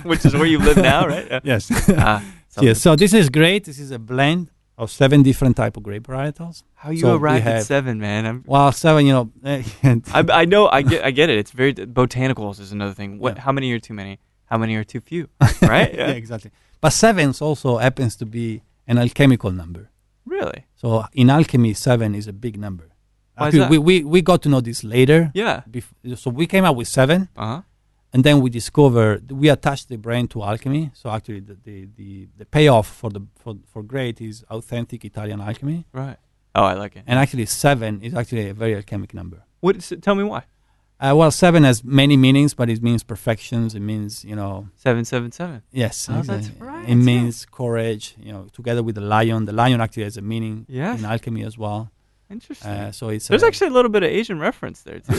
Which is where you live now, right? Yeah. Yes. Ah, something. yes. So this is great. This is a blend of seven different type of grape varietals. How you So we arrived at have- seven, man? I'm, Well, seven, you know, eh, and- I, I know. I get. I get it. It's very botanicals is another thing. What? Yeah. How many are too many? How many are too few? Right? yeah, exactly. But sevens also happens to be an alchemical number. Really? So in alchemy, seven is a big number. Why is Actually, that? we, we we got to know this later. Yeah. Bef- so we came up with seven. Uh huh. and then we discovered we attached the brand to alchemy. So actually, the the, the, the payoff for the for, for great is authentic Italian alchemy, Right. Oh, I like it. and actually seven is actually a very alchemic number. What? Is it? Tell me why. Uh, well, seven has many meanings, but it means perfections. It means you know Seven, seven, seven. yes, Oh, that's exactly. right, It means courage. You know, together with the lion, the lion actually has a meaning Yes. in alchemy as well. Interesting. Uh, so it's There's a- actually a little bit of Asian reference there too,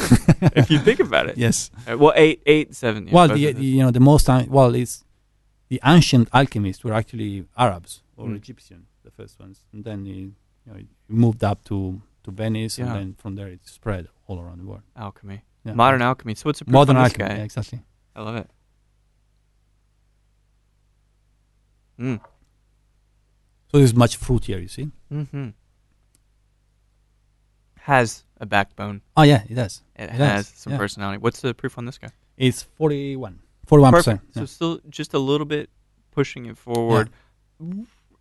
if you think about it. yes. Uh, well, eight, eight, seven. yeah, well, both the, of the those. you know the most an- well it's the ancient alchemists were actually Arabs or Mm. Egyptian, the first ones, and then it, you know it moved up to to Venice, Yeah. and then from there it spread all around the world. alchemy, Yeah. modern alchemy. So what's a proof modern on this alchemy, yeah, guy? exactly. I love it. Mm. So it's much fruitier, you see. Mm-hmm. Has a backbone. Oh yeah, it does. It, It has has, some yeah. personality. What's the proof on this guy? It's 41 41 percent. So still just a little bit pushing it forward.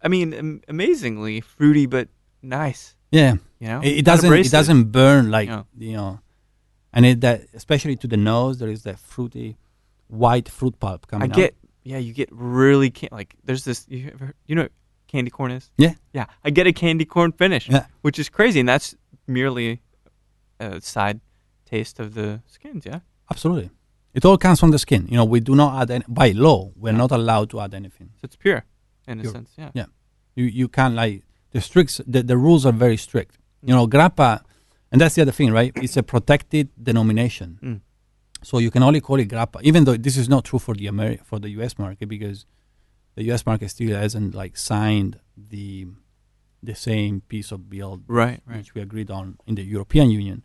I mean, am- amazingly fruity, but nice. Yeah, You know, it, it Not doesn't it abrasive. doesn't burn like Yeah. you know, and it that especially to the nose there is that fruity white fruit pulp I coming out. get. Yeah, you get really can- like. There's this. You, ever, you know, what candy corn is. Yeah. Yeah, I get a candy corn finish, Yeah. which is crazy, and that's merely a side taste of the skins. Yeah. Absolutely. It all comes from the skin. You know, we do not add any, by law, we're not allowed to add anything. So it's pure, in a Pure. sense. Yeah. Yeah. You you can't like the strict the, the rules are very strict. You know, grappa and that's the other thing, right? It's a protected denomination. Mm. So you can only call it grappa, even though this is not true for the Ameri- for the US market because the US market still hasn't like signed the the same piece of bill Right. Right. which we agreed on in the European Union.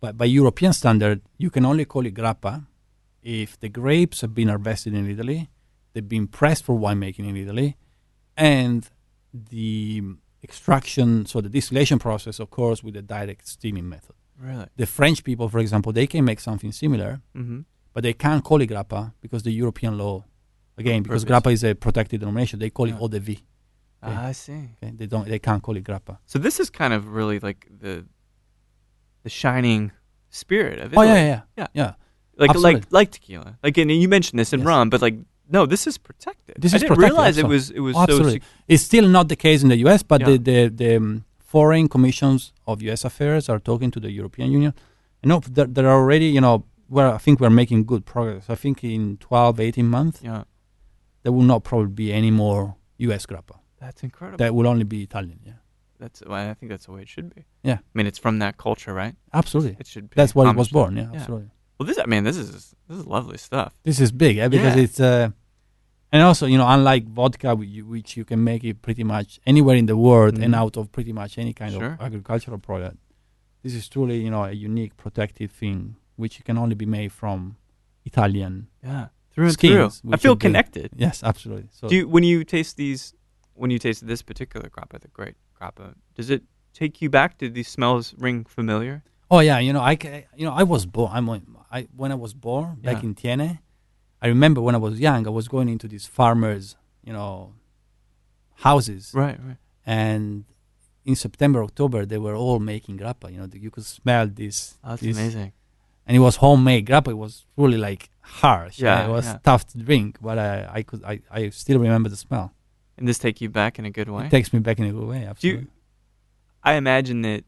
But by European standard, you can only call it grappa if the grapes have been harvested in Italy, they've been pressed for winemaking in Italy, and the extraction, so the distillation process occurs with a direct steaming method. Really? The French people, for example, they can make something similar, Mm-hmm. but they can't call it grappa because the European law, again, because Prohibits. grappa is a protected denomination, they call Yeah. it eau de vie. Ah, I see. Okay? They don't, they can't call it grappa. So this is kind of really like the the shining spirit of Oh Italy. yeah, yeah, Yeah. yeah, yeah. Like absolutely. like like tequila. Like and you mentioned this in Yes. rum, but like no, this is protected. This I is didn't protected, realize it absolutely. Oh, was it was so Absolutely. sec- It's still not the case in the U.S., but Yeah. the the, the um, foreign commissions of U.S. affairs are talking to the European Union. You know, there, there are already, you know, where I think we're making good progress. I think in 12, 18 months, yeah. there will not probably be any more U.S. grappa. That's incredible. That will only be Italian. Yeah, That's well, I think that's the way it should be. Yeah. I mean, it's from that culture, right? absolutely. It should. Be That's what it was homage- born. Yeah, Yeah. absolutely. Well, this I mean, this is this is lovely stuff. This is big eh? because Yeah. it's, uh, and also you know, unlike vodka, whi- you- which you can make it pretty much anywhere in the world and Mhm. out of pretty much any kind Sure. of agricultural product. This is truly you know a unique protected thing which can only be made from Italian. Yeah, through and Skins, through. I which feel would be- connected. Yes, absolutely. So Do you, when you taste these, when you taste this particular grappa, the great grappa, does it take you back? Did these smells ring familiar? oh yeah, you know I ca- you know I was born. I'm on- I when I was born back Yeah. in Tiene, I remember when I was young, I was going into these farmers you know houses Right, right. and in September, October, they were all making grappa. You know, you could smell this. Oh, that's this- amazing. And it was homemade grappa. It was really like harsh. Yeah, and it was yeah. tough to drink, but I, I could, I, I still remember the smell. And this take you back in a good way. It takes me back in a good way. Do Absolutely. you, I imagine that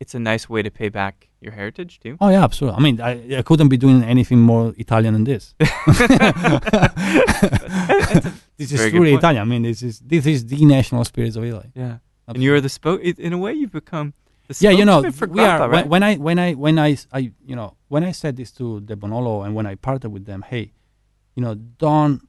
it's a nice way to pay back your heritage too. Oh yeah, absolutely. I mean, I, I couldn't be doing anything more Italian than this. this is very good truly point. Italian. I mean, this is this is the national spirit of Italy. Yeah. And Absolutely. you're the spoke. In a way, you've become the yeah, you know, spokesman for we are grappa, when, right? when I when I when I, s- I- you know when I said this to De Bonolo and when I partnered with them, hey, you know, don't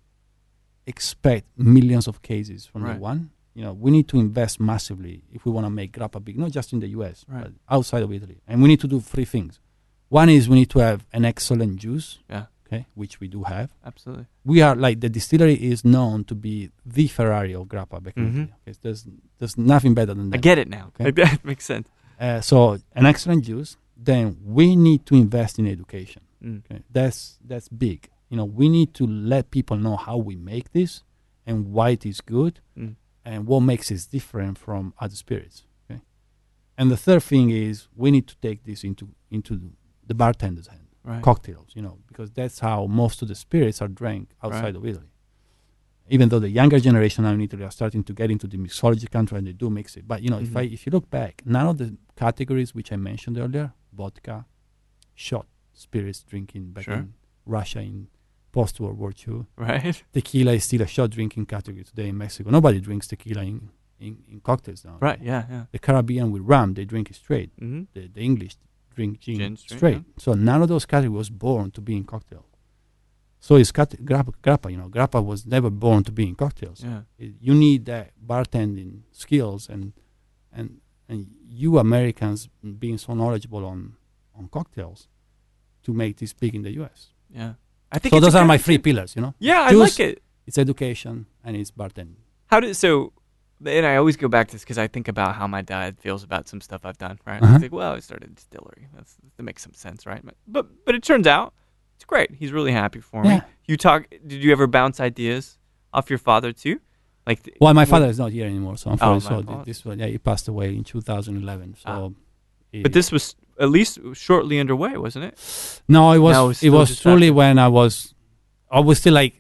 expect millions of cases from Right. day one. You know, we need to invest massively if we want to make grappa big, not just in the U.S. Right. but outside of Italy. And we need to do three things. One is we need to have an excellent juice, Yeah. okay, which we do have. Absolutely. We are like the distillery is known to be the Ferrari of grappa. Back in Mhm. Italy, okay? There's there's nothing better than I that. get it now. Okay. That makes sense. Uh, so an excellent use. Then we need to invest in education. Mm. Okay? That's that's big. You know, we need to let people know how we make this and why it is good Mm. and what makes it different from other spirits. Okay? And the third thing is we need to take this into into the bartender's hand, Right. cocktails. You know, because that's how most of the spirits are drank outside Right. of Italy. Even though the younger generation now in Italy are starting to get into the mixology country and they do mix it, but you know, if Mhm. I if you look back, none of the categories which I mentioned earlier, vodka, shot, spirits drinking back Sure. in Russia in post World War II, Right. tequila is still a shot drinking category today in Mexico. Nobody drinks tequila in, in, in cocktails now. Right. Yeah. Yeah. The Caribbean with rum, they drink it straight. Mm-hmm. The, the English drink gin, Gin straight, straight. So none of those categories was born to be in cocktail. So it's cat- grappa, grappa, you know, grappa was never born to be in cocktails Yeah. it- you need that bartending skills and and and you Americans being so knowledgeable on on cocktails to make this big in the U.S. Yeah. I think So it's a those are my good- three pillars. You know, Yeah, I Juice. like it. it's education and it's bartending. How did so? And I always go back to this because I think about how my dad feels about some stuff I've done. Right? Uh-huh. He's like, "Well, I started a distillery. That's, that makes some sense, right?" But, but but it turns out it's great. He's really happy for me. Yeah. You talk? Did you ever bounce ideas off your father too? Like, th- Well, my what- father is not here anymore, so Oh, my unfortunately, so thi- apologies. this one, yeah, he passed away in 2011. So, he- But this was at least shortly underway, wasn't it? no, it was No, it's it still was just truly when I was I was still like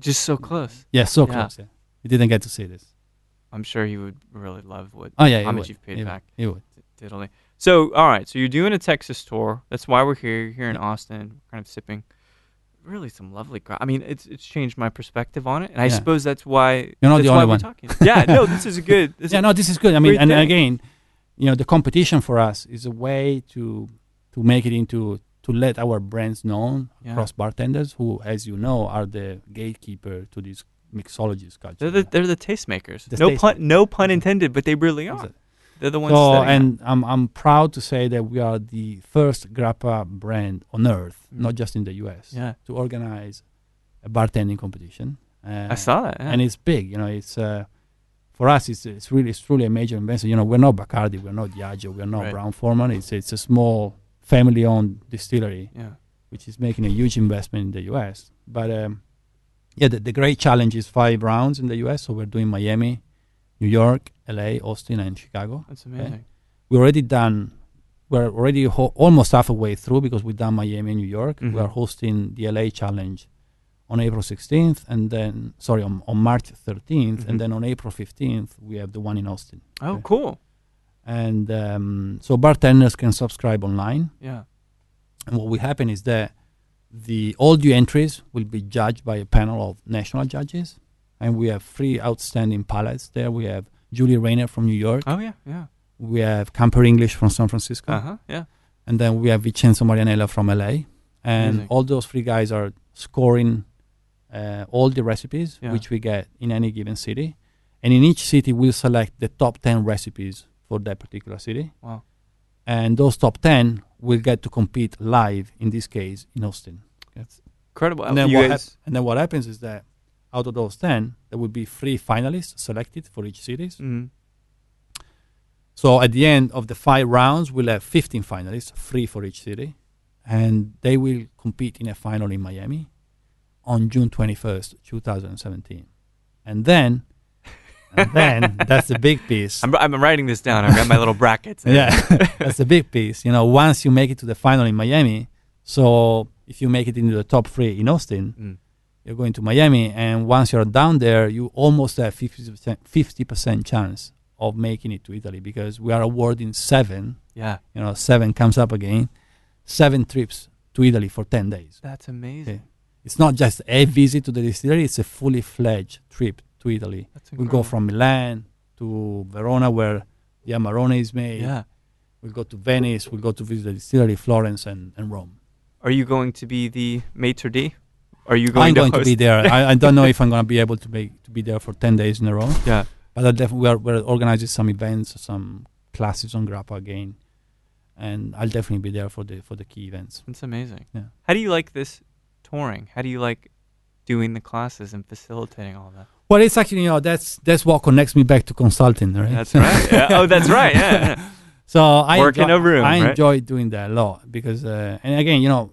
Just so close. yeah so Yeah. close. Yeah, he didn't get to see this. I'm sure he would really love what Oh yeah, he homage would. you've paid He would. back. He would. to Italy. So, all right. So you're doing a Texas tour. That's why we're here. You're here in Austin, kind of sipping. Really, some lovely. Gra- I mean, it's it's changed my perspective on it, and I Yeah. suppose that's why You're not that's the why only we're one. talking. Yeah, no, this is a good. This yeah, is, no, this is good. I mean, great and thing. again, you know, the competition for us is a way to to make it into to let our brands known Yeah. across bartenders, who, as you know, are the gatekeeper to this mixologist culture. They're the, they're the tastemakers. The no taste- Mm-hmm. pun, no pun Yeah. intended, but they really Yeah. are. They're the ones. So, setting it. Oh, and I'm, I'm proud to say that we are the first grappa brand on earth, Mm. not just in the US, yeah, to organize a bartending competition. Uh, I saw that. Yeah. And it's big, you know, it's, uh, for us, it's, it's really, it's truly a major investment. You know, we're not Bacardi, we're not Diageo, we're not Right. Brown Forman. It's, it's a small family owned distillery yeah, which is making a huge investment in the US. But um, yeah, the, the great challenge is five rounds in the US. So we're doing Miami, New York, LA, Austin, and Chicago. that's amazing. We're already done. We're already ho- almost halfway through because we've done Miami and New York. We Mhm. are hosting the LA challenge on April 16th, and then sorry, on, on March 13th, Mhm. and then on April 15th we have the one in Austin. Oh, Okay. cool. And um, so bartenders can subscribe online. Yeah. And what will happen is that the all due entries will be judged by a panel of national judges, and we have three outstanding palates there. We have Julie Rayner from New York, Oh yeah. Yeah. we have Camper English from San Francisco, Uh huh. Yeah. and then we have Vincenzo Marianella from LA. And Amazing. all those three guys are scoring uh, all the recipes Yeah. which we get in any given city, and in each city we'll select the top ten recipes for that particular city. Wow. And those top ten will get to compete live. In this case, in Austin. Incredible. And then, you what hap- guys. and then what happens is that out of those 10, there will be three finalists selected for each cities. Mhm. So at the end of the five rounds, we'll have 15 finalists, three for each city. And they will compete in a final in Miami on June 21st, 2017. And then, and then that's the big piece. I'm, I'm writing this down. I've got my little brackets. yeah, that's the big piece. You know, once you make it to the final in Miami, so if you make it into the top three in Austin, Mm. you're going to Miami, and once you're down there, you almost have 50%, 50% chance of making it to Italy because we are awarding seven, Yeah. you know, seven comes up again, seven trips to Italy for 10 days. That's amazing. Okay. It's not just a visit to the distillery, it's a fully fledged trip to Italy. That's We'll incredible. go from Milan to Verona, where the Amarone is made. Yeah. We'll go to Venice, we'll go to visit the distillery, Florence, and, and Rome. Are you going to be the maitre d? Are you going I'm to going host? to be there. I, I don't know if I'm going to be able to be to be there for ten days in a row. Yeah. but I definitely we're, we're organizing some events, some classes on Grappa again, and I'll definitely be there for the for the key events. That's amazing. Yeah. How do you like this touring? How do you like doing the classes and facilitating all that? Well, it's actually you know that's that's what connects me back to consulting, right? That's right. Yeah. Oh, that's right. Yeah. yeah. So I Work in enjoy, a room, I right? enjoy doing that a lot because, uh, and again, you know,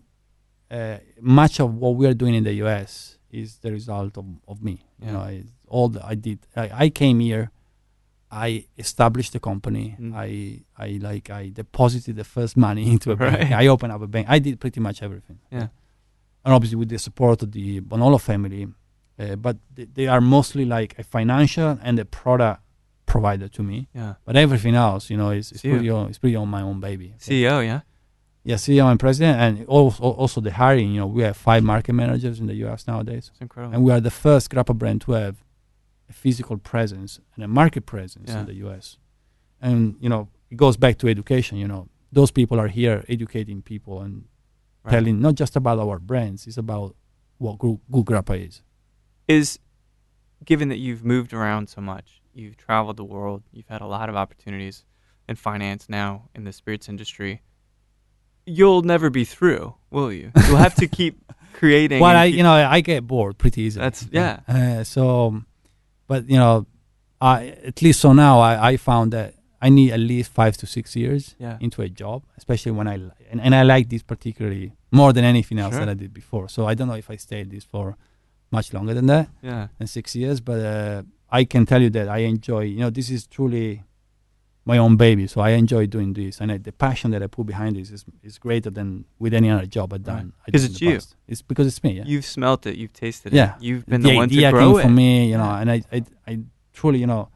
uh, much of what we are doing in the U.S. is the result of, of me. Yeah. You know, it's all that I did. I, I came here, I established the company. Mm. I I like I deposited the first money into a bank. Right. I opened up a bank. I did pretty much everything. Yeah. and obviously with the support of the Bonolo family, uh, but they, they are mostly like a financial and a product provider to me. yeah. But everything else, you know, is, is See ya. pretty on, it's pretty on my own baby. CEO. E Yeah. Yeah, CEO and president, and also also the hiring. You know, we have five market managers in the U.S. nowadays, It's incredible. and we are the first grappa brand to have a physical presence and a market presence Yeah. in the U.S. And you know, it goes back to education. You know, those people are here educating people and Right. telling not just about our brands, it's about what good, good grappa is. is given that you've moved around so much, you've traveled the world, you've had a lot of opportunities in finance now in the spirits industry. You'll never be through, will you? You'll have to keep creating. Well, and I keep- you know I get bored pretty easily. That's- yeah. Uh, so, but you know, I at least so now I, I found that I need at least five to six years yeah, into a job, especially when I li- and, and I like this particularly more than anything else Sure. that I did before. So I don't know if I stayed this for much longer than that yeah, than six years, but uh, I can tell you that I enjoy. You know, this is truly my own baby, so I enjoy doing this, and I, the passion that I put behind this is, is greater than with any other job I've Right. done. I did 'Cause in it's the you. past. It's because it's me. Yeah You've smelt it, you've tasted it. Yeah. You've been the, one to idea grow came it. for me, you know, Yeah. and I, I, I truly, you know,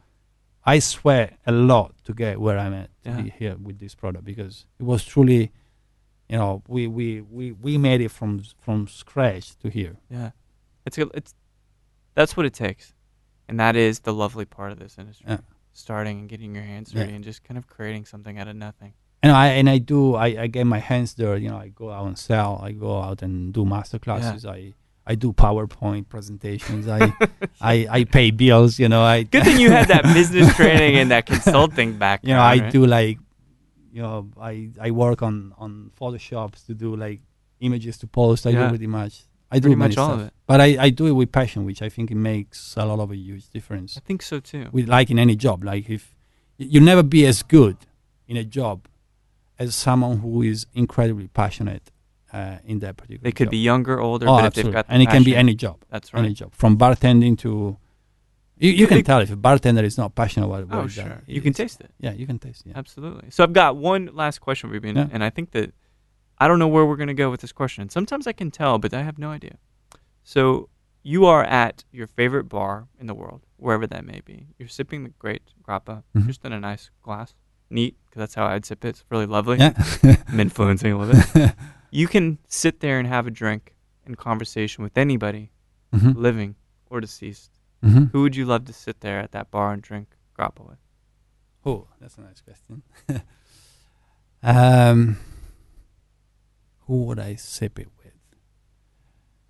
I swear a lot to get where I'm at to Yeah. be here with this product because it was truly, you know, we we we, we made it from from scratch to here. Yeah, it's a- it's that's what it takes, and that is the lovely part of this industry. Yeah. Starting and getting your hands Yeah. dirty and just kind of creating something out of nothing. And I and I do I, I get my hands dirty. You know, I go out and sell. I go out and do master classes. I I do PowerPoint presentations. I, I, I pay bills. You know, I Good thing you had that business training and that consulting background. you know I right? do like, you know, I I work on on Photoshops to do like images to post. I Yeah. do pretty much. I do Pretty many much all of stuff. it. but I I do it with passion, which I think it makes a lot of a huge difference I think so too. with like in any job like if y- you'll never be as good in a job as someone who is incredibly passionate uh, in that particular They could job. be younger, older, oh, but if absolutely. they've got the and it can be passion- any job That's any right. job from bartending to you, you can It- tell if a bartender is not passionate about what Oh, he does. sure. It You can is- taste it. yeah you can taste yeah Absolutely. So I've got one last question, Ruben, Yeah. and I think that I don't know where we're going to go with this question. Sometimes I can tell, but I have no idea. So you are at your favorite bar in the world, wherever that may be. You're sipping the great grappa, Mhm. just in a nice glass, neat, because that's how I'd sip it. It's really lovely. yeah I'm influencing a little bit. You can sit there and have a drink and conversation with anybody, hmm living or deceased. hmm Who would you love to sit there at that bar and drink grappa with? oh that's a nice question um who would i sip it with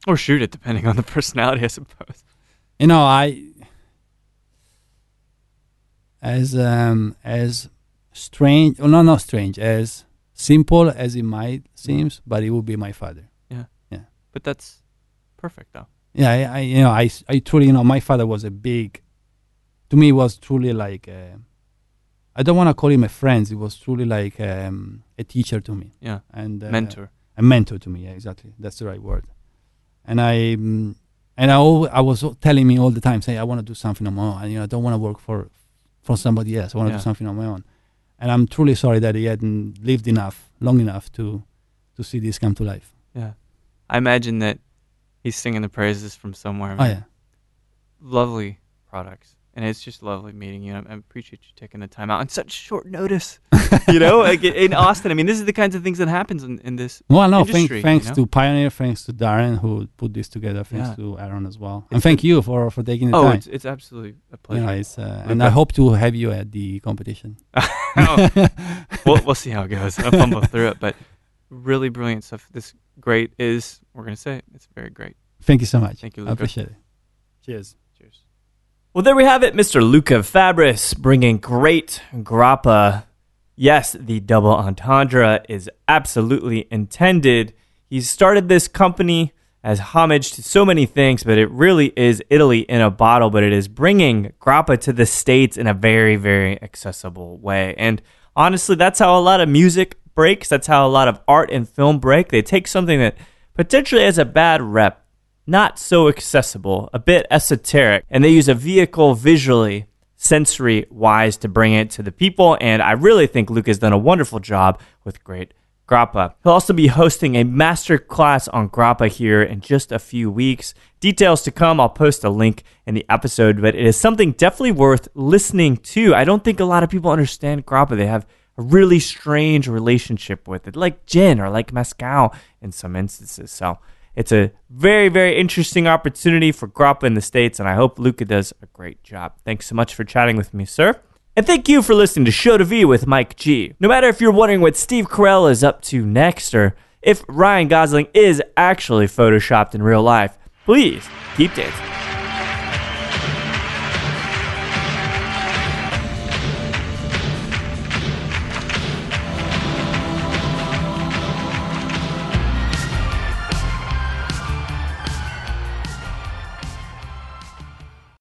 Or shoot it, depending on the personality, I suppose. you know i as um as strange or no not strange as simple as it might seems but it would be my father But that's perfect, though. yeah i, I you know I, s- I truly you know my father was a big to me it was truly like I i don't want to call him a friend he was truly like um, a teacher to me Yeah. and uh, Mentor. a mentor to me. Yeah, exactly. That's the right word. And I mm, and I, al- I was al- telling me all the time, saying I want to do something on my own. I, you know, I don't want to work for for somebody else. I want to Yeah. do something on my own. And I'm truly sorry that he hadn't lived enough, long enough to to see this come to life. I imagine that he's singing the praises from somewhere. Oh man. yeah, Lovely products. And it's just lovely meeting you. I I appreciate you taking the time out on such short notice. you know, like i- in Austin. I mean, this is the kinds of things that happens in, in this. well, no, thank, Industry, thanks you know? to Pioneer, thanks to Darren who put this together, thanks Yeah. to Aaron as well, It's and thank you for for taking the Oh, time. it's, it's absolutely a You pleasure. know, it's, uh, and Luca. I hope to have you at the competition. we'll, we'll see how it goes. I'll fumble through it, but really brilliant stuff. This great is, we're going to say, it, it's very great. Thank you so much. Thank you, I Luca. appreciate it. Cheers. Cheers. Well, there we have it, Mr. Luca Fabris bringing great grappa. Yes, the double entendre is absolutely intended. He's started this company as homage to so many things, but it really is Italy in a bottle, but it is bringing grappa to the States in a very, very accessible way. And honestly, that's how a lot of music breaks. That's how a lot of art and film break. They take something that potentially has a bad rep not so accessible, a bit esoteric, and they use a vehicle visually, sensory wise to bring it to the people. And I really think Luke has done a wonderful job with great grappa. He'll also be hosting a masterclass on grappa here in just a few weeks. Details to come, I'll post a link in the episode, but it is something definitely worth listening to. I don't think a lot of people understand grappa. They have a really strange relationship with it, like gin or like mezcal in some instances. So it's a very, very interesting opportunity for Grappa in the States, and I hope Luca does a great job. Thanks so much for chatting with me, sir. And thank you for listening to Show to V with Mike G. No matter if you're wondering what Steve Carell is up to next or if Ryan Gosling is actually photoshopped in real life, please keep dancing.